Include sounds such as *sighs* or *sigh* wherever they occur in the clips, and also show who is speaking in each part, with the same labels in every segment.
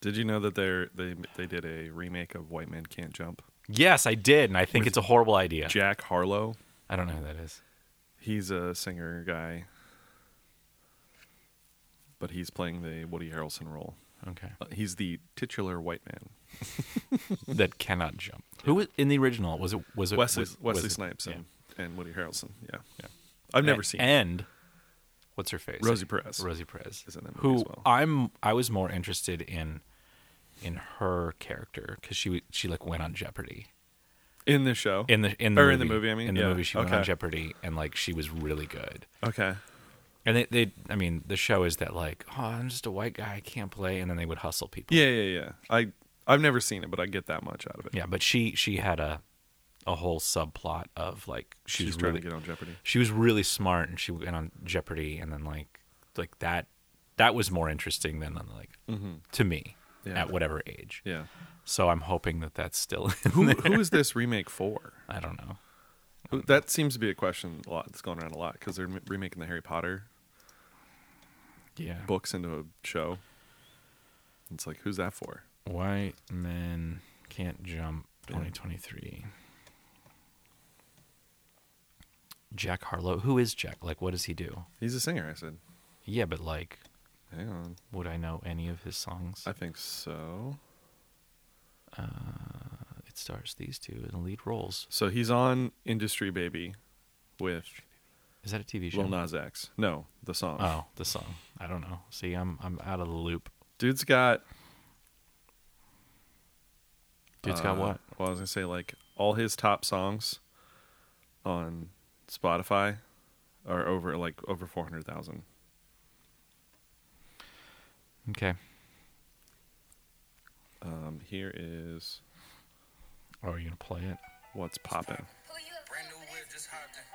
Speaker 1: Did you know that they they they did a remake of White Men Can't Jump?
Speaker 2: Yes, I did, and I think it's a horrible idea.
Speaker 1: Jack Harlow,
Speaker 2: I don't know who that is.
Speaker 1: he's a singer guy, but he's playing the Woody Harrelson role.
Speaker 2: Okay,
Speaker 1: Uh, He's the titular white man.
Speaker 2: that cannot jump. Who was in the original? Was it was it
Speaker 1: Wesley
Speaker 2: was- was
Speaker 1: Wesley
Speaker 2: it-
Speaker 1: Snipes and, and Woody Harrelson. Yeah,
Speaker 2: Yeah.
Speaker 1: I've never
Speaker 2: and,
Speaker 1: seen. it.
Speaker 2: And what's her face?
Speaker 1: Rosie Perez.
Speaker 2: Rosie Perez
Speaker 1: Is in that movie
Speaker 2: Who
Speaker 1: as well.
Speaker 2: I'm I was more interested in in her character because she w- she like went on Jeopardy
Speaker 1: in the show.
Speaker 2: in the in the
Speaker 1: Or
Speaker 2: movie,
Speaker 1: in the movie, I mean?
Speaker 2: in the
Speaker 1: Yeah.
Speaker 2: movie she went on
Speaker 1: Okay.
Speaker 2: Jeopardy and like she was really good.
Speaker 1: okay,
Speaker 2: And they, they, I mean, the show is that like, oh, I'm just a white guy, I can't play, and then they would hustle people.
Speaker 1: yeah, yeah, yeah. I I've never seen it, but I get that much out of it.
Speaker 2: Yeah, but she she had a a whole subplot of like she
Speaker 1: she's,
Speaker 2: was
Speaker 1: trying
Speaker 2: really
Speaker 1: to get on Jeopardy.
Speaker 2: she was really smart and she went on Jeopardy and then like like that that was more interesting than like to me
Speaker 1: Mm-hmm. Yeah.
Speaker 2: at whatever age. *laughs*
Speaker 1: Yeah.
Speaker 2: So I'm hoping that that's still *laughs* in
Speaker 1: Who
Speaker 2: there.
Speaker 1: who is this remake for?
Speaker 2: I don't know.
Speaker 1: Who- That seems to be a question a lot that's going around a lot because they're m- remaking the Harry Potter
Speaker 2: Yeah.
Speaker 1: books into a show. It's like, who's that for?
Speaker 2: White men can't jump 2023. Jack Harlow. Who is Jack? Like, what does he do?
Speaker 1: He's a singer. I said,
Speaker 2: Yeah, but like,
Speaker 1: hang on.
Speaker 2: would I know any of his songs?
Speaker 1: I think so.
Speaker 2: It stars these two in lead roles.
Speaker 1: So he's on Industry Baby with
Speaker 2: Is that a TV show?
Speaker 1: Lil Nas X. No, the song.
Speaker 2: Oh, the song. I don't know. See, I'm I'm out of the loop.
Speaker 1: Dude's got.
Speaker 2: Dude's
Speaker 1: uh,
Speaker 2: got what?
Speaker 1: Well, I was gonna say like all his top songs on Spotify are over like over four hundred thousand.
Speaker 2: Okay.
Speaker 1: Um, here is
Speaker 2: Oh, are you gonna play it?
Speaker 1: what's popping.
Speaker 3: Who you a
Speaker 4: Brand new whip, just hopped in.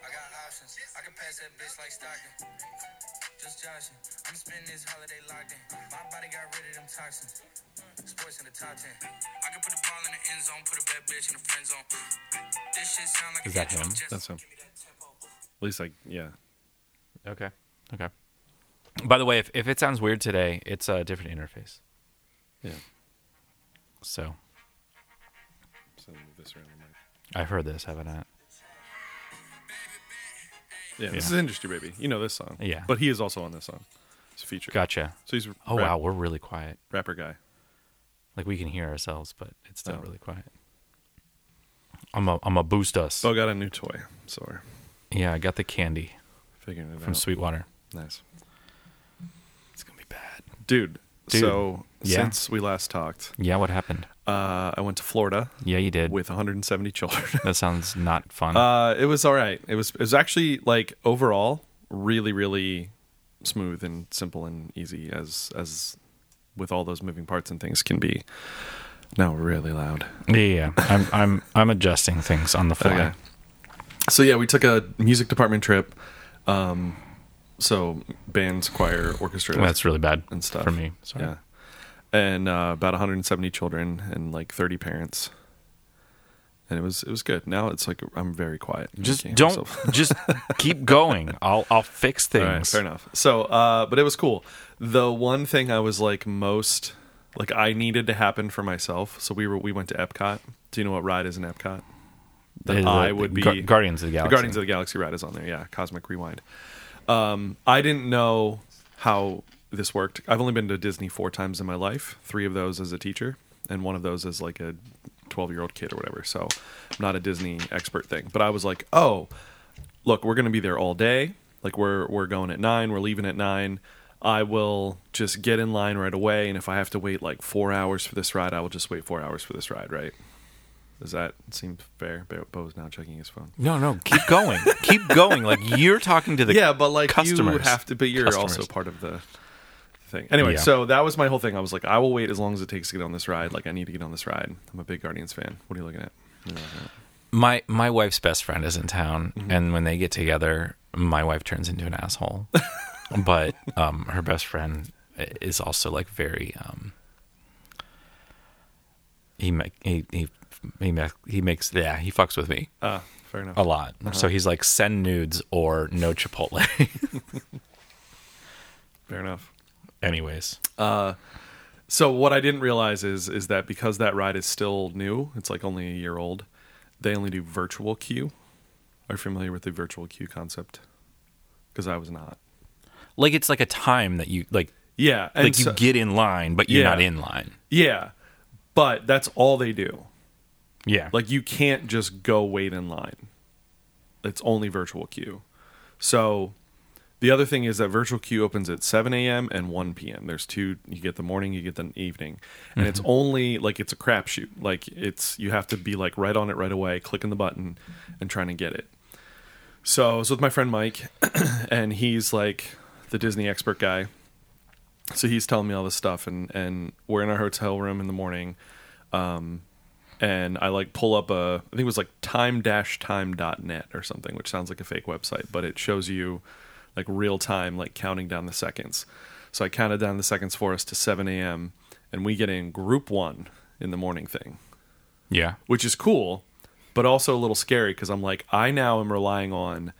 Speaker 4: I got options. I can pass that bitch like Stockton. Just joshing. I'm spending this holiday locked in. My body got rid of them toxins. Sports in the top ten. I can put the ball in the end zone, put a bad bitch in the friend zone. This shit sound like
Speaker 2: Is
Speaker 4: a
Speaker 2: that
Speaker 4: intro,
Speaker 2: him?
Speaker 4: just
Speaker 1: That's him.
Speaker 4: give me that tempo.
Speaker 1: At least like yeah.
Speaker 2: Okay. Okay. By the way, if, if it sounds weird today, it's a different interface.
Speaker 1: Yeah.
Speaker 2: So
Speaker 1: So move this around the mic.
Speaker 2: I've heard this, haven't I?
Speaker 1: Yeah, this is Industry Baby. You know this song.
Speaker 2: Yeah.
Speaker 1: But he is also on this song. It's a feature.
Speaker 2: Gotcha.
Speaker 1: So he's a
Speaker 2: Oh
Speaker 1: rap-
Speaker 2: wow, we're really quiet.
Speaker 1: rapper guy.
Speaker 2: Like we can hear ourselves, but it's still
Speaker 1: Oh.
Speaker 2: really quiet. I'm a I'm a boost us.
Speaker 1: So I got a new toy. So we're
Speaker 2: Yeah, I got the candy
Speaker 1: figuring it
Speaker 2: from
Speaker 1: out.
Speaker 2: Sweetwater.
Speaker 1: Nice.
Speaker 2: It's gonna Oh. be bad.
Speaker 1: Dude,
Speaker 2: Dude.
Speaker 1: so
Speaker 2: Yeah.
Speaker 1: since we last talked,
Speaker 2: Yeah, what happened?
Speaker 1: uh, I went to Florida
Speaker 2: Yeah, you did.
Speaker 1: with 170 *laughs* children.
Speaker 2: that sounds not fun.
Speaker 1: Uh, it was all right. It was it was actually like overall really really smooth and simple and easy as as with all those moving parts and things can be. Now we're really loud.
Speaker 2: yeah, yeah, yeah. I'm I'm I'm adjusting things on the fly.
Speaker 1: Okay. So yeah, we took a music department trip. Um, so bands, choir, orchestra.
Speaker 2: That's really bad
Speaker 1: and stuff
Speaker 2: for me. Sorry.
Speaker 1: Yeah, and uh, about 170 children and like 30 parents. And it was it was good. Now it's like I'm very quiet. I
Speaker 2: Just
Speaker 1: can't hear
Speaker 2: don't.
Speaker 1: myself.
Speaker 2: *laughs* just keep going. I'll I'll
Speaker 1: *laughs*
Speaker 2: fix things.
Speaker 1: All right, fair enough. So, uh, but it was cool. The one thing I was like most like I needed to happen for myself. So we were we went to Epcot. Do you know what ride is in Epcot? That
Speaker 2: Is it
Speaker 1: I
Speaker 2: the
Speaker 1: would
Speaker 2: Gu-
Speaker 1: be
Speaker 2: Guardians of the Galaxy.
Speaker 1: Guardians of the Galaxy ride is on there. Yeah, Cosmic Rewind. Um, I didn't know how this worked. I've only been to Disney four times in my life. Three of those as a teacher, and one of those as like a twelve-year-old kid or whatever. So, I'm not a Disney expert thing. But I was like, oh, look, we're going to be there all day. Like we're we're going at nine. We're leaving at nine. I will just get in line right away, and if I have to wait like four hours for this ride, I will just wait four hours for this ride. Right? Does that seem fair? Bo- Bo's now checking his phone.
Speaker 2: No, no, keep going. keep going. Like you're talking to the
Speaker 1: *laughs* yeah, but like
Speaker 2: customers.
Speaker 1: you have to, but you're
Speaker 2: Customers.
Speaker 1: also part of the thing. Anyway,
Speaker 2: Yeah.
Speaker 1: so that was my whole thing. I was like, I will wait as long as it takes to get on this ride. Like, I need to get on this ride. I'm a big Guardians fan. What are you looking at? What are you looking at?
Speaker 2: My my wife's best friend is in town,
Speaker 1: Mm-hmm.
Speaker 2: and when they get together, my wife turns into
Speaker 1: *laughs*
Speaker 2: an asshole. but um, her best friend is also like very um, he ma- he he he, ma- he makes yeah he fucks with me
Speaker 1: Ah, fair enough.
Speaker 2: a lot. So he's like send nudes or no *laughs* Chipotle.
Speaker 1: Fair enough.
Speaker 2: Anyways,
Speaker 1: So what I didn't realize is is that because that ride is still new, it's like only a year old. They only do virtual queue. Are you familiar with the virtual queue concept? Because I was not.
Speaker 2: Like it's like a time that you like
Speaker 1: Yeah, and
Speaker 2: like you
Speaker 1: so-
Speaker 2: get in line, but you're
Speaker 1: Yeah.
Speaker 2: not in line.
Speaker 1: yeah, but that's all they do.
Speaker 2: Yeah.
Speaker 1: Like you can't just go wait in line. It's only virtual queue. So the other thing is that virtual queue opens at 7 a.m. and 1 p.m. There's two. You get the morning, you get the evening, and it's only like it's a crapshoot. Like it's you have to be like right on it right away, clicking the button, and trying to get it. So I was with my friend Mike, *clears throat* and he's like the Disney expert guy. So he's telling me all this stuff, and and we're in our hotel room in the morning and I like pull up a I think it was like time dash time.net or something, which sounds like a fake website, but it shows you like real time, like counting down the seconds. So I counted down the seconds for us to 7 a.m. and we get in group one in the morning thing,
Speaker 2: yeah.
Speaker 1: which is cool, but also a little scary because I'm like, I now am relying on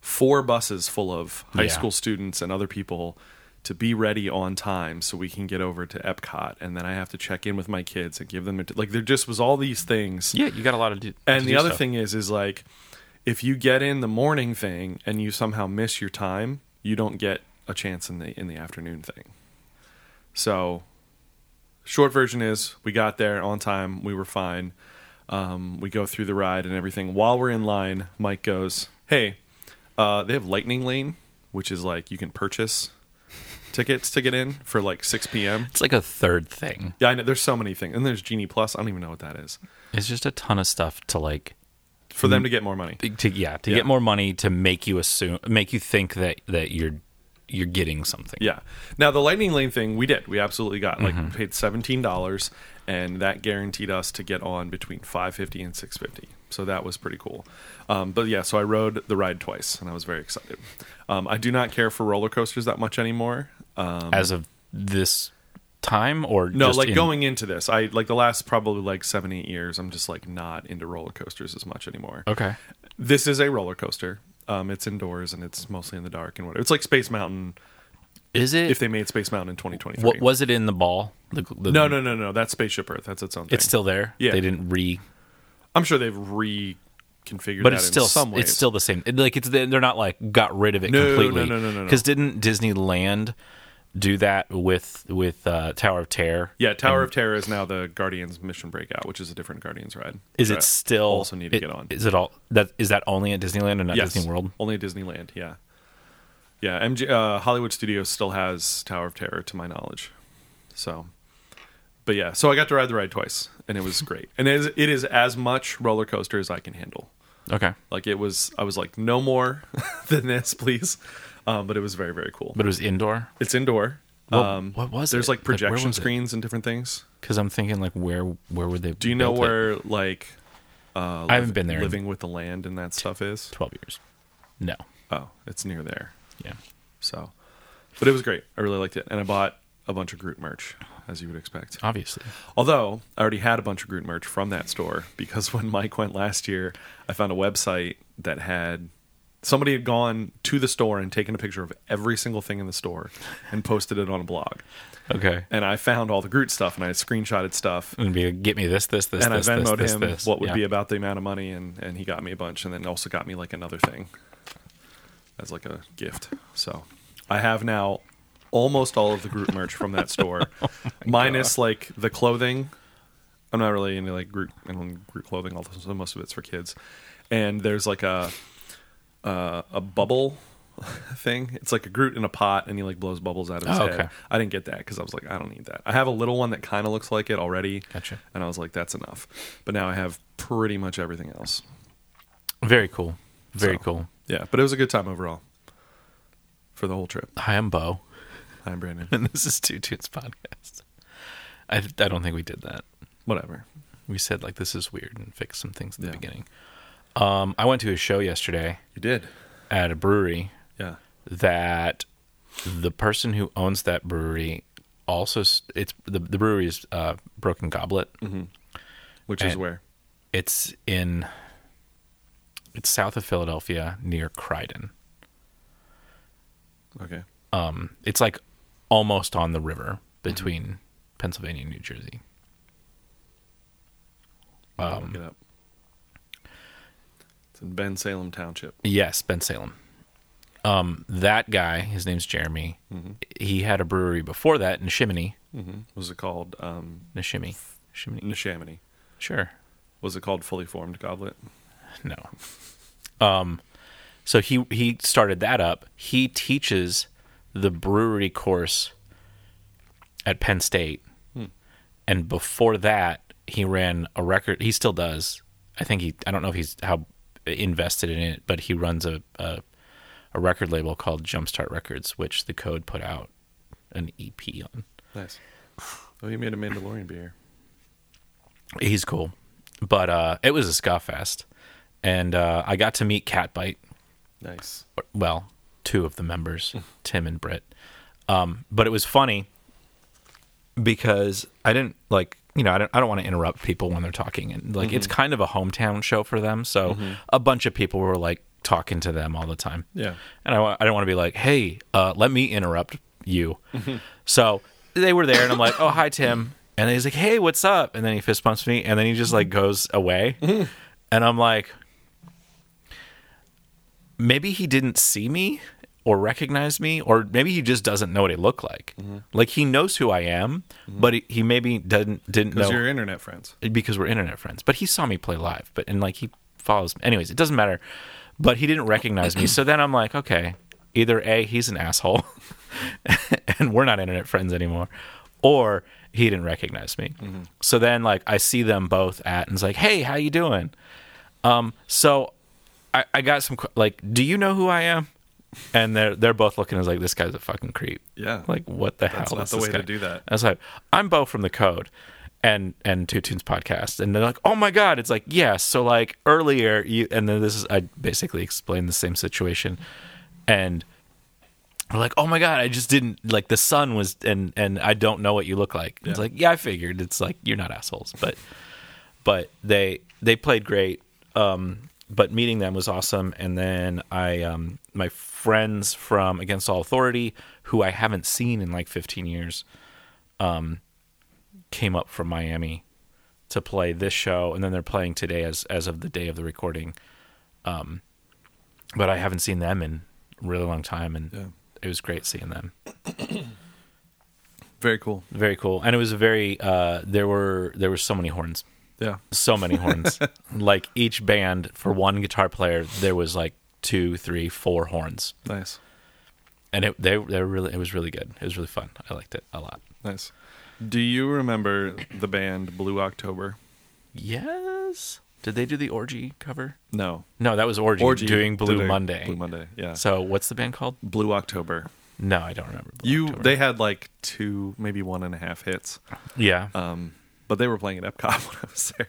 Speaker 1: four buses full of high
Speaker 2: Yeah.
Speaker 1: school students and other people to be ready on time so we can get over to Epcot and then I have to check in with my kids and give them a t- like there just was all these things
Speaker 2: Yeah, you got a lot of do.
Speaker 1: and
Speaker 2: to
Speaker 1: the
Speaker 2: do
Speaker 1: other
Speaker 2: stuff.
Speaker 1: thing is, is like, if you get in the morning thing and you somehow miss your time, you don't get a chance in the in the afternoon thing. So, short version is, we got there on time. We were fine. Um, we go through the ride and everything. While we're in line, Mike goes, "Hey, uh, they have Lightning Lane, which is like you can purchase tickets to get in for like 6 p.m."
Speaker 2: it's like a third thing.
Speaker 1: Yeah, I know. There's so many things, and there's Genie Plus. I don't even know what that is.
Speaker 2: It's just a ton of stuff to like
Speaker 1: For
Speaker 2: Mm.
Speaker 1: them to get more money.
Speaker 2: to yeah, to
Speaker 1: Yeah.
Speaker 2: get more money to make you assume make you think that that you're you're getting something.
Speaker 1: Yeah. Now the lightning lane thing we did. We absolutely got like
Speaker 2: Mm-hmm.
Speaker 1: we paid seventeen dollars, and that guaranteed us to get on between five fifty and six fifty. So that was pretty cool. Um, but yeah, so I rode the ride twice, and I was very excited. Um, I do not care for roller coasters that much anymore. Um,
Speaker 2: As of this time or
Speaker 1: no,
Speaker 2: just
Speaker 1: like
Speaker 2: in-
Speaker 1: going into this, I like the last probably like seven eight years. I'm just like not into roller coasters as much anymore.
Speaker 2: Okay.
Speaker 1: This is a roller coaster. Um, it's indoors and it's mostly in the dark and whatever. It's like Space Mountain.
Speaker 2: Is it
Speaker 1: If they made Space Mountain in 2023,
Speaker 2: what was it in the ball? The, the,
Speaker 1: No, no, no, no. That's Spaceship Earth. That's its own thing.
Speaker 2: It's still there.
Speaker 1: Yeah.
Speaker 2: They didn't re
Speaker 1: I'm sure they've reconfigured.
Speaker 2: but
Speaker 1: that
Speaker 2: it's
Speaker 1: in
Speaker 2: still
Speaker 1: some ways.
Speaker 2: it's still the same. It- like it's they're not like got rid of it
Speaker 1: No, no,
Speaker 2: completely.
Speaker 1: no, no, no, no.
Speaker 2: Because didn't Disneyland do that with with uh, Tower of Terror?
Speaker 1: yeah. Tower of Terror is now the Guardians Mission Breakout, which is a different Guardians ride.
Speaker 2: Is
Speaker 1: That I
Speaker 2: it still
Speaker 1: also need to
Speaker 2: it-
Speaker 1: get on?
Speaker 2: Is it all that is that only at Disneyland and not
Speaker 1: Yes.
Speaker 2: Disney World?
Speaker 1: Only Disneyland. Yeah, yeah. MG uh, Hollywood Studios still has Tower of Terror, to my knowledge. So, but yeah. So I got to ride the ride twice, and it
Speaker 2: *laughs*
Speaker 1: was great. And it is, it is as much roller coaster as I can handle.
Speaker 2: Okay,
Speaker 1: Like it was, I was like, no more *laughs* than this, please. Um, but it was very, very cool.
Speaker 2: but it was indoor
Speaker 1: It's indoor.
Speaker 2: What-
Speaker 1: um,
Speaker 2: what was
Speaker 1: there's
Speaker 2: it?
Speaker 1: like
Speaker 2: Like, where
Speaker 1: projection
Speaker 2: was it?
Speaker 1: screens and different things.
Speaker 2: because I'm thinking like where where would they?
Speaker 1: Do you know where like uh,
Speaker 2: I haven't been there in-
Speaker 1: Living with the land and that stuff is.
Speaker 2: Twelve years. No.
Speaker 1: Oh, it's near there.
Speaker 2: Yeah.
Speaker 1: So, but it was great. I really liked it, and I bought a bunch of Groot merch, as you would expect.
Speaker 2: Obviously.
Speaker 1: Although I already had a bunch of Groot merch from that store because *laughs* when Mike went last year, I found a website that had somebody had gone to the store and taken a picture of every single thing in the store and posted it on a blog.
Speaker 2: Okay.
Speaker 1: And I found all the Groot stuff and I screenshotted stuff
Speaker 2: And be like, get me this, this, this,
Speaker 1: and
Speaker 2: this,
Speaker 1: I
Speaker 2: this,
Speaker 1: Venmoed
Speaker 2: this,
Speaker 1: him
Speaker 2: this.
Speaker 1: what would
Speaker 2: Yeah.
Speaker 1: be about the amount of money, and and he got me a bunch, and then also got me like another thing as like a gift. So I have now almost all of the group merch from that store,
Speaker 2: *laughs* Oh
Speaker 1: minus like the clothing. I'm not really into like group and group clothing, although so most of it's for kids. And there's like a uh, a bubble *laughs* thing. It's like a Groot in a pot, and he like blows bubbles out of his
Speaker 2: Oh,
Speaker 1: head.
Speaker 2: okay.
Speaker 1: I didn't get that because I was like, I don't need that. I have a little one that kind of looks like it already.
Speaker 2: Gotcha.
Speaker 1: And I was like, that's enough. But now I have pretty much everything else.
Speaker 2: Very cool. Very
Speaker 1: So.
Speaker 2: cool.
Speaker 1: Yeah, but it was a good time overall for the whole trip.
Speaker 2: Hi,
Speaker 1: *laughs*
Speaker 2: I'm Bo.
Speaker 1: I'm Brandon.
Speaker 2: and this is Two Tunes Podcast. I, I don't think we did that.
Speaker 1: *laughs* Whatever.
Speaker 2: We said, like, this is weird and fixed some things at the
Speaker 1: Yeah.
Speaker 2: beginning. Um, I went to a show yesterday
Speaker 1: You did.
Speaker 2: at a brewery
Speaker 1: Yeah.
Speaker 2: that the person who owns that brewery also, s- it's the, the brewery is uh, Broken Goblet.
Speaker 1: Which is
Speaker 2: And-
Speaker 1: where?
Speaker 2: It's in, it's south of Philadelphia near Croydon.
Speaker 1: Okay.
Speaker 2: Um, it's like almost on the river between Pennsylvania, New Jersey.
Speaker 1: I'll look it up. It's in Ben Salem Township.
Speaker 2: Yes, Ben Salem. Um, that guy, his name's Jeremy. He had a brewery before that in Shimini.
Speaker 1: Was it called um,
Speaker 2: Nishimi. Shimini.
Speaker 1: Neshaminy?
Speaker 2: Sure.
Speaker 1: Was it called Fully Formed Goblet?
Speaker 2: No. Um, so he he started that up. He teaches the brewery course at Penn State, and before that, he ran a record. He still does. I think he. I don't know if he's how invested in it, but he runs a a, a record label called Jumpstart Records, which the Code put out an EP on.
Speaker 1: Nice. *sighs* Oh, you made a Mandalorian beer.
Speaker 2: He's cool. But uh, it was a ska fest, and uh, I got to meet Catbite.
Speaker 1: Nice.
Speaker 2: or- well, two of the members, Tim and Britt. Um, but it was funny because I didn't like, you know, I don't, I don't want to interrupt people when they're talking, and like it's kind of a hometown show for them, so a bunch of people were like talking to them all the time.
Speaker 1: Yeah.
Speaker 2: and I, wa- I don't want to be like, hey, uh, let me interrupt you. So they were there, and I'm like, oh hi Tim, and then he's like, hey, what's up? And then he fist bumps me, and then he just like goes away, and I'm like, maybe he didn't see me or recognize me or maybe he just doesn't know what I look like.
Speaker 1: Mm-hmm.
Speaker 2: Like he knows who I am, but he, he maybe didn't didn't
Speaker 1: Because
Speaker 2: know
Speaker 1: you're internet friends.
Speaker 2: because we're internet friends. But he saw me play live, but and like he follows me. Anyways, it doesn't matter. But he didn't recognize me. So then I'm like, okay, either A, he's an asshole *laughs* and we're not internet friends anymore, or he didn't recognize me. So then like I see them both at and it's like, hey, how you doing? Um, so I, I got some que- like, do you know who I am? And they're they're both looking as like this guy's a fucking creep.
Speaker 1: Yeah.
Speaker 2: Like what the hell?
Speaker 1: That's not
Speaker 2: is
Speaker 1: the
Speaker 2: this
Speaker 1: way to
Speaker 2: guy?
Speaker 1: do that.
Speaker 2: I was like, I'm Bo from the Code and and Two Tunes podcast, and they're like, oh my god, it's like yes. so like earlier, you and then this is I basically explained the same situation, and we're like, oh my god, I just didn't like the sun was and and I don't know what you look like. It's
Speaker 1: Yeah.
Speaker 2: like yeah, I figured. It's like you're not assholes, but but they they played great. Um, but meeting them was awesome, and then I um my friends from Against All Authority, who I haven't seen in like 15 years um, came up from Miami to play this show, and then they're playing today as as of the day of the recording. Um, but I haven't seen them in a really long time, and
Speaker 1: Yeah.
Speaker 2: it was great seeing them.
Speaker 1: Very cool.
Speaker 2: Very cool, and it was a very uh, there were there were so many horns,
Speaker 1: Yeah.
Speaker 2: so many horns. like each band for one guitar player, there was like two, three, four horns,
Speaker 1: Nice.
Speaker 2: and it they they were really it was really good. It was really fun. I liked it a lot.
Speaker 1: Nice. Do you remember the band Blue October?
Speaker 2: Yes. Did they do the orgy cover?
Speaker 1: No.
Speaker 2: No, that was Orgy, doing Blue
Speaker 1: did a-
Speaker 2: Monday.
Speaker 1: Blue Monday. Yeah.
Speaker 2: So what's the band called?
Speaker 1: Blue October.
Speaker 2: No, I don't remember. Blue
Speaker 1: You
Speaker 2: October.
Speaker 1: they had like two, maybe one and a half hits.
Speaker 2: yeah.
Speaker 1: Um, but they were playing at Epcot *laughs* when I was there,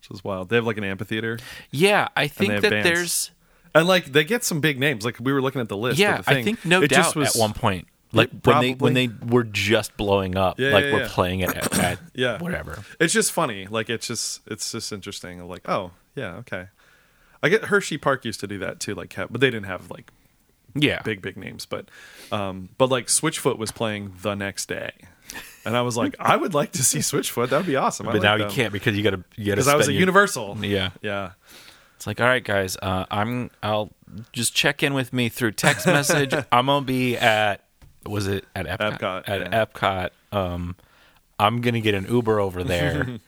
Speaker 1: which was wild. They have like an amphitheater,
Speaker 2: yeah, I
Speaker 1: they
Speaker 2: think
Speaker 1: have
Speaker 2: that
Speaker 1: bands.
Speaker 2: there's
Speaker 1: and like they get some big names. Like we were looking at the list.
Speaker 2: yeah,
Speaker 1: of the
Speaker 2: I
Speaker 1: thing.
Speaker 2: think no
Speaker 1: it
Speaker 2: doubt
Speaker 1: just was,
Speaker 2: at one point like when they when
Speaker 1: probably-
Speaker 2: they were just blowing up,
Speaker 1: Yeah,
Speaker 2: like
Speaker 1: yeah,
Speaker 2: we're
Speaker 1: yeah.
Speaker 2: playing it at, at
Speaker 1: Yeah.
Speaker 2: whatever.
Speaker 1: It's just funny. Like it's just it's just interesting. Like oh yeah okay. I get Hershey Park used to do that too. Like have- but they didn't have like
Speaker 2: Yeah.
Speaker 1: big big names but um but like switchfoot was playing the next day and i was like i would like to see switchfoot that'd be awesome
Speaker 2: but now you can't because you got to you got to
Speaker 1: because i was at universal
Speaker 2: Yeah.
Speaker 1: yeah
Speaker 2: It's like, "All right guys, uh, I'm I'll just check in with me through
Speaker 1: *laughs*
Speaker 2: text message. I'm going to be at was it at Epcot?
Speaker 1: Epcot,
Speaker 2: at
Speaker 1: yeah.
Speaker 2: Epcot. Um I'm going to get an Uber over
Speaker 1: *laughs*
Speaker 2: there.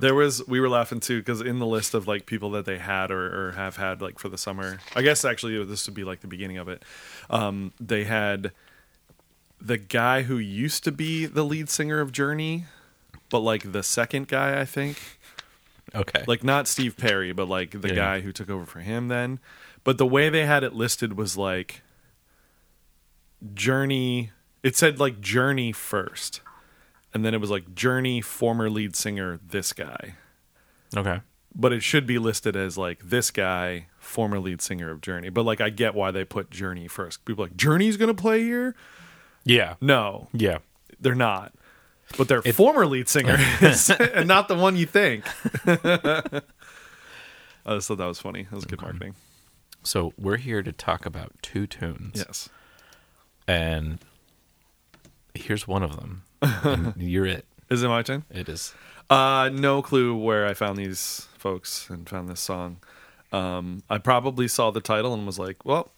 Speaker 1: there was we were laughing too because in the list of like people that they had or, or have had like for the summer i guess actually this would be like the beginning of it um they had the guy who used to be the lead singer of journey but like the second guy i think
Speaker 2: okay.
Speaker 1: like not Steve Perry, but like the
Speaker 2: Yeah.
Speaker 1: guy who took over for him then. But the way they had it listed was like Journey. It said like Journey first, and then it was like Journey former lead singer this guy.
Speaker 2: okay.
Speaker 1: But it should be listed as like this guy former lead singer of Journey. But like I get why they put Journey first. People are like Journey's gonna play here.
Speaker 2: Yeah.
Speaker 1: No,
Speaker 2: Yeah.
Speaker 1: they're not. But their former lead singer is, *laughs* and not the one you think. *laughs* I just thought that was funny. That was good marketing.
Speaker 2: So we're here to talk about two tunes.
Speaker 1: Yes.
Speaker 2: And here's one of them.
Speaker 1: *laughs*
Speaker 2: And you're it.
Speaker 1: Is it my turn?
Speaker 2: It is.
Speaker 1: Uh, no clue where I found these folks and found this song. Um, I probably saw the title and was like, "Well,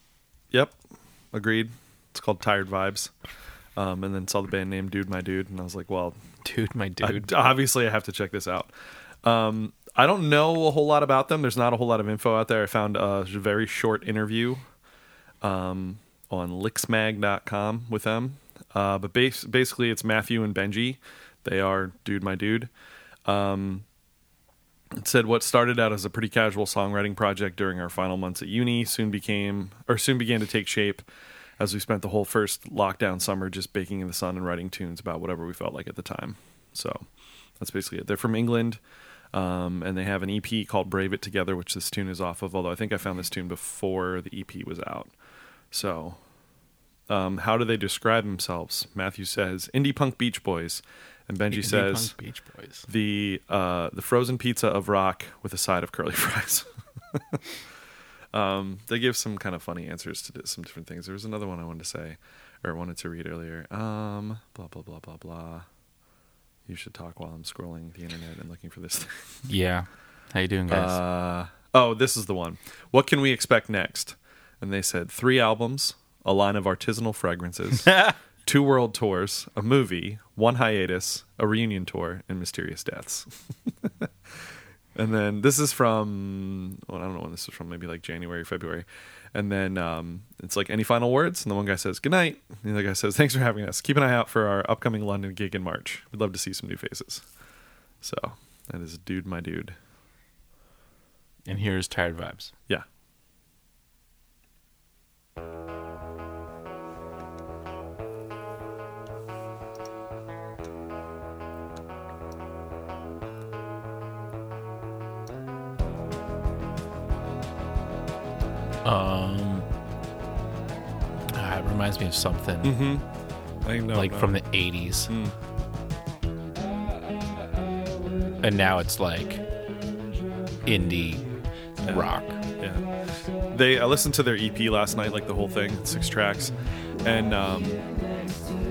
Speaker 1: yep, agreed." It's called Tired Vibes. Um, and then saw the band name Dude My Dude, and I was like, "Well,
Speaker 2: Dude, my
Speaker 1: I-
Speaker 2: dude.
Speaker 1: obviously I have to check this out." Um, I don't know a whole lot about them. There's not a whole lot of info out there. I found a very short interview um, on lixmag.com with them. Uh, but bas- basically, it's Matthew and Benji. They are Dude My Dude. Um, it said what started out as a pretty casual songwriting project during our final months at uni soon became or soon began to take shape as we spent the whole first lockdown summer just baking in the sun and writing tunes about whatever we felt like at the time. So that's basically it. They're from England. Um, and they have an EP called Brave It Together, which this tune is off of, although I think I found this tune before the EP was out. So, um, how do they describe themselves? Matthew says indie punk Beach Boys, and Benji says
Speaker 2: Beach Boys.
Speaker 1: the uh, the frozen pizza of rock with a side of curly *laughs* fries. um, they give some kind of funny answers to di- some different things. There was another one I wanted to say or wanted to read earlier. Um, blah blah blah blah blah. You should talk while I'm scrolling the internet and looking for this thing.
Speaker 2: Yeah. How you doing, guys?
Speaker 1: Uh, oh, this is the one. What can we expect next? And they said three albums, a line of artisanal fragrances, two world tours, a movie, one hiatus, a reunion tour, and mysterious deaths. *laughs* and then this is from, well, I don't know when this is from, maybe like January, February. And then um, it's like, any final words? And the one guy says, good night. And the other guy says, thanks for having us. Keep an eye out for our upcoming London gig in March. We'd love to see some new faces. So that is Dude My Dude.
Speaker 2: and here's Tired Vibes.
Speaker 1: Yeah.
Speaker 2: Um, ah, it reminds me of something
Speaker 1: Mm-hmm. I know,
Speaker 2: like from the '80s, and now it's like indie rock.
Speaker 1: yeah. They I listened to their EP last night, like the whole thing, six tracks, and um,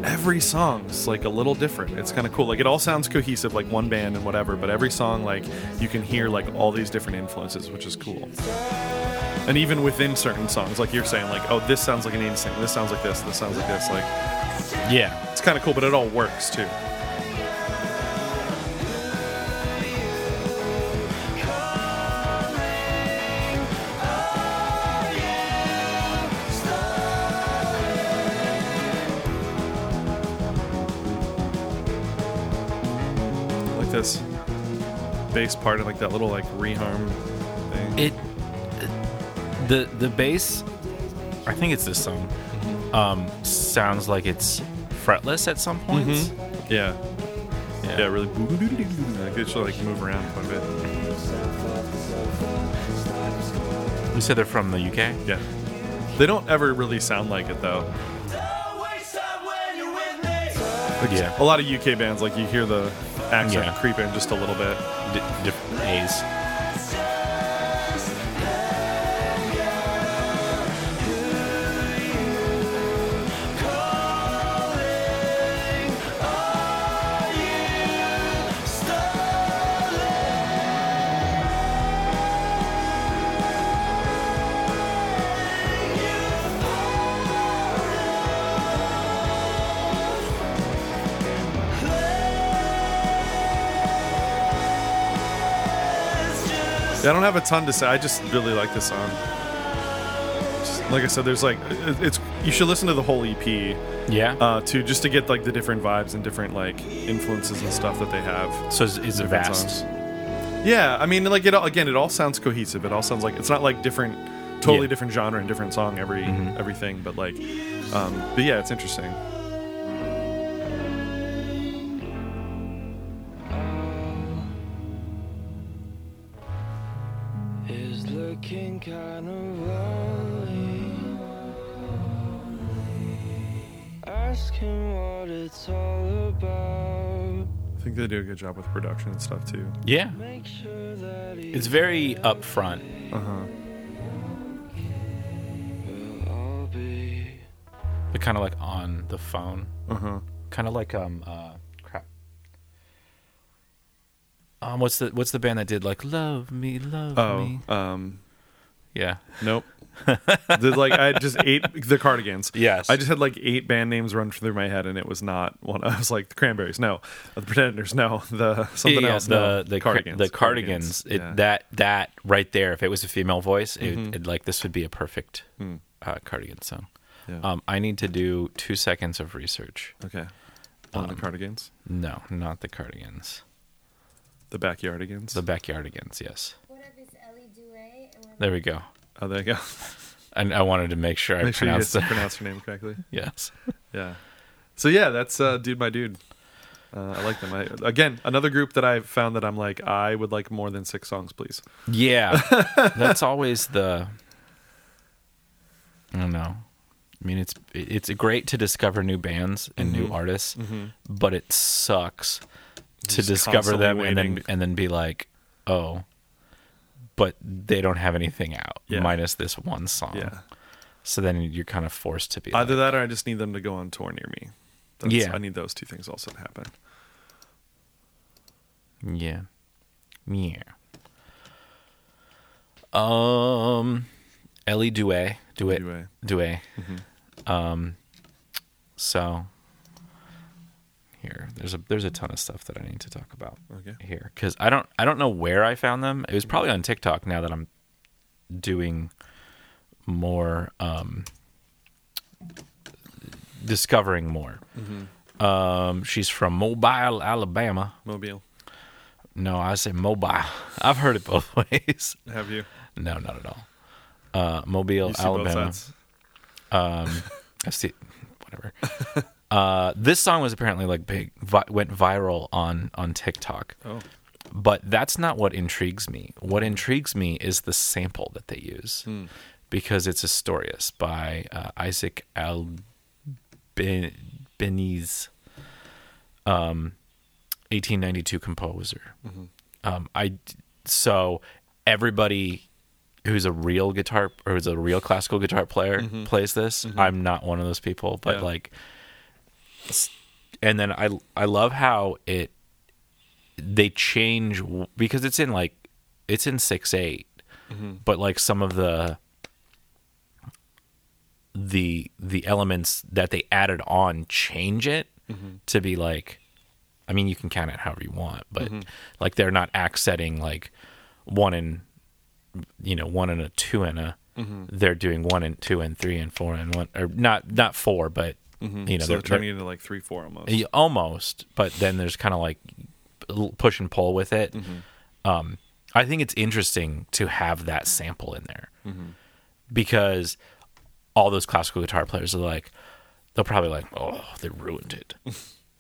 Speaker 1: every song's like a little different. It's kind of cool. Like it all sounds cohesive, like one band and whatever, but every song, like you can hear like all these different influences, which is cool. And even within certain songs, like you're saying, like oh, this sounds like an indie thing, this sounds like this, this sounds like this, like
Speaker 2: Yeah,
Speaker 1: it's kind of cool, but it all works too. Like this bass part and like that little like reharm thing.
Speaker 2: it the the bass. I think it's this song. Um, sounds like it's fretless at some points.
Speaker 1: yeah. Yeah, really. Like they should like move around quite a bit.
Speaker 2: You said they're from the UK.
Speaker 1: Yeah. They don't ever really sound like it though.
Speaker 2: Yeah,
Speaker 1: A lot of UK bands, like you hear the accent
Speaker 2: Yeah.
Speaker 1: creep in just a little bit.
Speaker 2: D- different A's.
Speaker 1: Yeah, I don't have a ton to say. I just really like this song. Just- Like I said, there's like it- it's you should listen to the whole EP
Speaker 2: Yeah.
Speaker 1: uh, too, just to get like the different vibes and different like influences and stuff that they have.
Speaker 2: so it's, it's
Speaker 1: different
Speaker 2: vast.
Speaker 1: songs. Yeah, I mean, like it all, again, it all sounds cohesive. It all sounds like it's not like different, totally
Speaker 2: Yeah. Mm-hmm.
Speaker 1: different genre and different song every everything, but like, um, but yeah, it's interesting.
Speaker 3: is looking kind of lonely. Ask him what it's all about.
Speaker 1: I think they do a good job with production and stuff too.
Speaker 2: Yeah.
Speaker 3: Make sure that he
Speaker 2: It's very upfront.
Speaker 1: Uh huh.
Speaker 3: will all be
Speaker 2: but kind of like on the phone.
Speaker 1: Uh huh.
Speaker 2: kind of like um uh crap. Um, what's the what's the band that did like "Love Me, Love
Speaker 1: Oh,
Speaker 2: Me"?
Speaker 1: um,
Speaker 2: Yeah,
Speaker 1: nope. There's like I just eight *laughs* the Cardigans.
Speaker 2: Yes.
Speaker 1: I just had like eight band names run through my head, and it was not one. *laughs* I was like the Cranberries, no, the Pretenders, no, the something
Speaker 2: Yeah,
Speaker 1: else,
Speaker 2: The
Speaker 1: no,
Speaker 2: the cardigans, the cardigans. It,
Speaker 1: Yeah. Mm-hmm.
Speaker 2: That that right there. If it was a female voice, it, it like this would be a perfect
Speaker 1: Hmm.
Speaker 2: uh, cardigan song.
Speaker 1: Yeah.
Speaker 2: Um, I need to do two seconds of research.
Speaker 1: okay,
Speaker 2: um,
Speaker 1: one of the Cardigans,
Speaker 2: No, not the cardigans.
Speaker 1: the Backyardigans.
Speaker 2: The backyardigans. Yes.
Speaker 5: What up, it's Ellie Douay, and we're
Speaker 2: There we go.
Speaker 1: oh, there you go. *laughs*
Speaker 2: And I wanted to make sure I
Speaker 1: Make sure you
Speaker 2: pronounced
Speaker 1: just
Speaker 2: it.
Speaker 1: pronounce your name correctly.
Speaker 2: *laughs* yes.
Speaker 1: Yeah. So yeah, that's uh, dude, my dude. Uh, I like them. I, again, another group that I found that I'm like, I would like more than six songs, please. *laughs*
Speaker 2: Yeah. That's always the. I don't know. I mean, it's it's great to discover new bands and
Speaker 1: Mm-hmm.
Speaker 2: new artists, but it sucks to
Speaker 1: Just
Speaker 2: discover
Speaker 1: constantly
Speaker 2: them and then
Speaker 1: waiting.
Speaker 2: and then be like, oh, but they don't have anything out
Speaker 1: Yeah.
Speaker 2: minus this one song.
Speaker 1: Yeah.
Speaker 2: So then you're kind of forced to be.
Speaker 1: Um, Either that, or I just need them to go on tour near me. That's,
Speaker 2: Yeah.
Speaker 1: I need those two things also to happen.
Speaker 2: like, yeah. Yeah. Um, Ellie Duet. Duet.
Speaker 1: Anyway,
Speaker 2: Douay. Um, so here, there's a there's a ton of stuff that I need to talk about
Speaker 1: Okay.
Speaker 2: here because I don't I don't know where I found them. It was probably on TikTok. Now that I'm doing more, um, discovering more. Um, she's from Mobile, Alabama.
Speaker 1: Mobile,
Speaker 2: No, I say Mobile. *laughs* I've heard it both *laughs* ways.
Speaker 1: have you?
Speaker 2: No, not at all. Uh, Mobile,
Speaker 1: You see both
Speaker 2: Alabama.
Speaker 1: sides.
Speaker 2: I see. Whatever. *laughs* uh, this song was apparently like big, vi- went viral on on TikTok.
Speaker 1: Oh,
Speaker 2: But that's not what intrigues me. What intrigues me is the sample that they use, because it's Astorius by uh, Isaac Albeniz, um, 1892 composer. Um, I d- so everybody who's a real guitar or who's a real classical guitar player plays this. I'm not one of those people, but
Speaker 1: Yeah.
Speaker 2: like, s- and then I I love how it they change w- because it's in like it's in six but like some of the the the elements that they added on change it to be like I mean you can count it however you want, but like they're not accenting like one and you know one and a two and a they're doing one and two and three and four and one or not not four but you know
Speaker 1: so they're turning into like three, four almost.
Speaker 2: yeah, almost but then there's kind of like l- push and pull with it
Speaker 1: Mm-hmm.
Speaker 2: um, i think it's interesting to have that sample in there
Speaker 1: Mm-hmm.
Speaker 2: because all those classical guitar players are like they'll probably like oh they
Speaker 1: *laughs*
Speaker 2: ruined it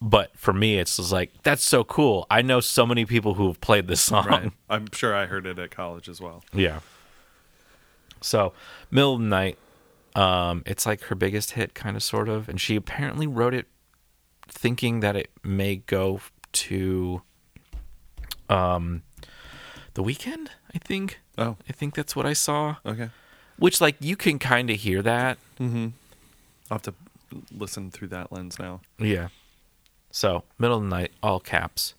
Speaker 2: but for me it's just like that's so cool i know so many people who have played this
Speaker 1: *laughs*
Speaker 2: song
Speaker 1: Right. I'm sure I heard it at college as well.
Speaker 2: yeah. So, Middle of the Night, um, it's like her biggest hit, kind of, sort of. And she apparently wrote it thinking that it may go to um, The Weekend, I think.
Speaker 1: Oh,
Speaker 2: I think that's what I saw.
Speaker 1: okay.
Speaker 2: Which, like, you can kind of hear that.
Speaker 1: I'll have to listen through that lens now.
Speaker 2: Yeah. So, Middle of the Night, all caps.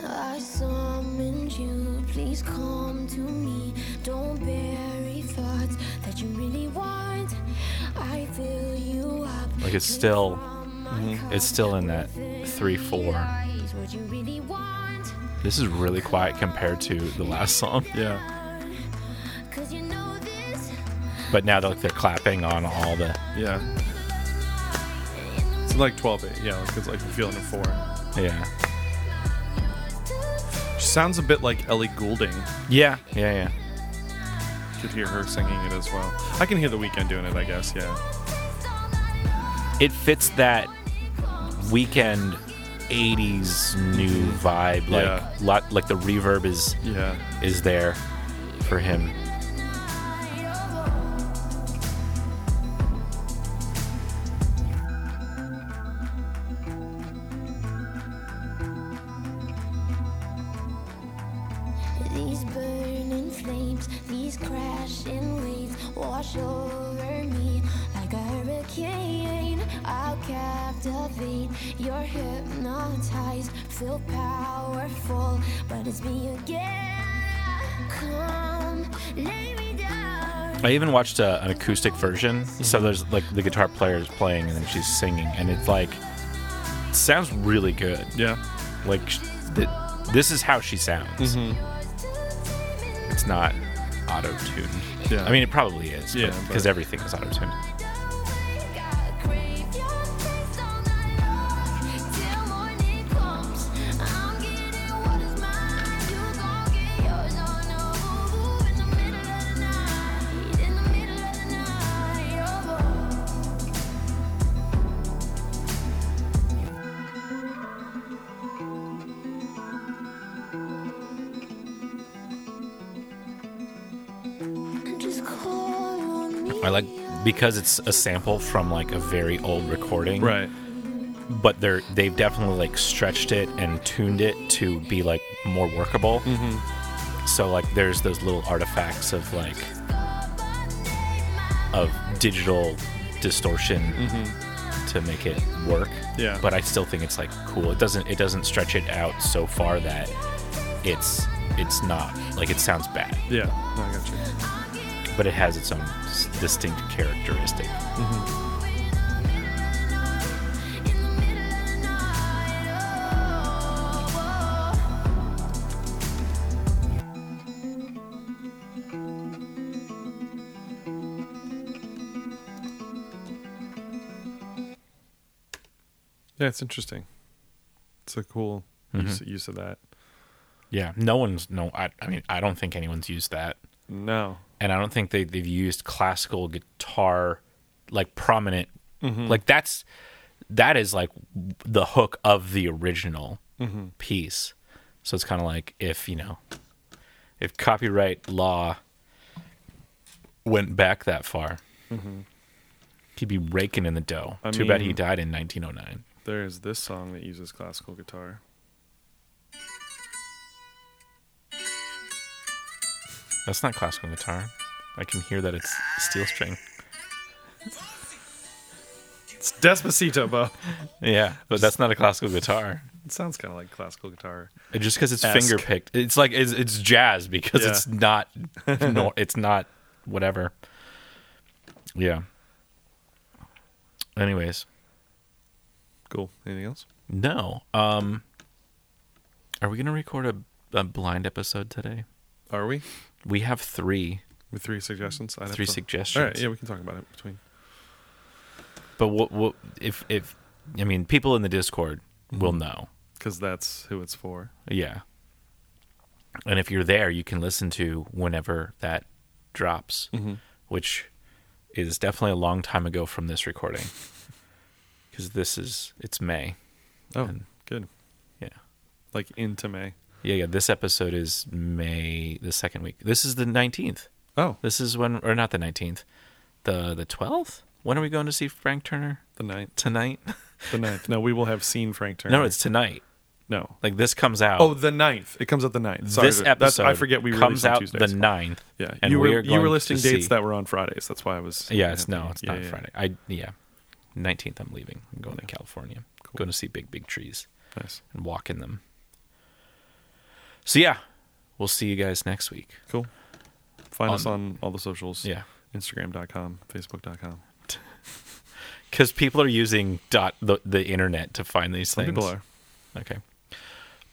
Speaker 6: I summoned you, please come to me. Don't bury thoughts that you really want. I fill you up.
Speaker 2: Like, it's still, Mm-hmm.
Speaker 6: from
Speaker 2: it's still in that 3 4.
Speaker 6: eyes, what you really want.
Speaker 2: This is really quiet compared to the last song.
Speaker 1: Yeah,
Speaker 6: Cause you know this.
Speaker 2: But now they're, like, they're clapping on all the.
Speaker 1: yeah. It's like 12 8. Yeah, like, it's like you're feeling a four.
Speaker 2: Yeah.
Speaker 1: She sounds a bit like Ellie Goulding.
Speaker 2: Yeah. Yeah.
Speaker 1: You could hear her singing it as well. I can hear The Weeknd doing it, I guess. Yeah.
Speaker 2: Yeah. It fits that weekend 80s new vibe like
Speaker 1: Yeah.
Speaker 2: lot like the reverb is
Speaker 1: Yeah.
Speaker 2: is there for him.
Speaker 6: burning flames, these crashing waves wash over me like a hurricane. I'll captivate, you're hypnotized, feel powerful, but it's me again. Come, lay me down.
Speaker 2: I even watched uh an acoustic version.
Speaker 1: Mm-hmm.
Speaker 2: So there's like the guitar player is playing and then she's singing, and it's like sounds really good.
Speaker 1: Yeah.
Speaker 2: Like sh- th- this is how she sounds.
Speaker 1: Mm-hmm.
Speaker 2: It's not auto tuned.
Speaker 1: Yeah.
Speaker 2: I mean, it probably is.
Speaker 1: Yeah, but-
Speaker 2: Because everything is auto tuned.
Speaker 6: Just call on me.
Speaker 2: I like because it's a sample from like a very old recording.
Speaker 1: Right.
Speaker 2: but they're they've definitely like stretched it and tuned it to be like more workable. Mm-hmm. So like there's those little artifacts of like of digital distortion to make it work.
Speaker 1: Mm-hmm. Yeah.
Speaker 2: But I still think it's like cool. It doesn't it doesn't stretch it out so far that it's it's not like it sounds bad,
Speaker 1: Yeah. No, I got you.
Speaker 2: but it has its own s- distinct characteristic.
Speaker 1: Yeah, it's interesting. It's a cool use, use of that.
Speaker 2: Yeah. No one's no I I mean I don't think anyone's used that.
Speaker 1: No.
Speaker 2: and I don't think they, they've used classical guitar like prominent.
Speaker 1: Mm-hmm.
Speaker 2: Like that's that is like the hook of the original
Speaker 1: Mm-hmm.
Speaker 2: piece. So it's kind of like if you know if copyright law went back that far, he'd be raking in the dough.
Speaker 1: Mm-hmm. I
Speaker 2: Too bad he
Speaker 1: mean-
Speaker 2: died in 1909.
Speaker 1: There is this song that uses classical guitar.
Speaker 2: That's not classical guitar. I can hear that it's steel string.
Speaker 1: It's Despacito, Bo.
Speaker 2: Yeah, but that's not a classical guitar.
Speaker 1: *laughs* It sounds kind of like classical guitar.
Speaker 2: It- just because it's
Speaker 1: Esque.
Speaker 2: finger picked it's like it's, it's jazz because
Speaker 1: Yeah.
Speaker 2: it's *laughs* not no, it's not whatever yeah anyways
Speaker 1: Cool. Anything else?
Speaker 2: no um are we gonna record a, a blind episode today
Speaker 1: Are we?
Speaker 2: we have three
Speaker 1: With three suggestions? I'd have
Speaker 2: Three
Speaker 1: to-
Speaker 2: suggestions.
Speaker 1: All right. Yeah, we can talk about it between.
Speaker 2: but what what if if i mean people in the discord will know
Speaker 1: Because that's who it's for.
Speaker 2: yeah and if you're there you can listen to whenever that drops
Speaker 1: Mm-hmm.
Speaker 2: which is definitely a long time ago from this recording *laughs* because this is it's may
Speaker 1: Oh,
Speaker 2: And-
Speaker 1: good.
Speaker 2: yeah
Speaker 1: Like into May.
Speaker 2: yeah yeah this episode is may the second week this is the 19th
Speaker 1: Oh,
Speaker 2: this is when or not the 19th the the 12th when are we going to see frank turner
Speaker 1: the ninth.
Speaker 2: tonight *laughs*
Speaker 1: The ninth. No, we will have seen Frank Turner.
Speaker 2: no it's tonight
Speaker 1: no.
Speaker 2: like this comes out
Speaker 1: Oh, the ninth. It comes out the ninth. Sorry,
Speaker 2: this
Speaker 1: that- that's-
Speaker 2: episode
Speaker 1: I forget we
Speaker 2: comes
Speaker 1: release on
Speaker 2: out
Speaker 1: Tuesdays.
Speaker 2: the 9th
Speaker 1: Yeah,
Speaker 2: and
Speaker 1: you
Speaker 2: we
Speaker 1: were
Speaker 2: are
Speaker 1: you
Speaker 2: going
Speaker 1: were
Speaker 2: to
Speaker 1: listing dates
Speaker 2: see-
Speaker 1: that were on Fridays. That's why I was.
Speaker 2: Yeah, it's no, it's
Speaker 1: Yeah,
Speaker 2: not
Speaker 1: yeah.
Speaker 2: Friday. I yeah, nineteenth. I'm leaving. I'm going to California. Going to see big big trees
Speaker 1: Nice,
Speaker 2: and walk in them. So yeah, we'll see you guys next week.
Speaker 1: cool. Find
Speaker 2: On-
Speaker 1: us on all the socials.
Speaker 2: Yeah.
Speaker 1: Instagram.com, Facebook.com.
Speaker 2: Because people are using dot the, the internet to find these
Speaker 1: Some
Speaker 2: things.
Speaker 1: people are.
Speaker 2: Okay.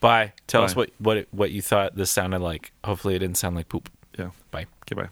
Speaker 2: Bye. Tell us
Speaker 1: Bye.
Speaker 2: what what it, what you thought this sounded like. Hopefully, it didn't sound like poop.
Speaker 1: Yeah.
Speaker 2: Bye.
Speaker 1: Okay, bye.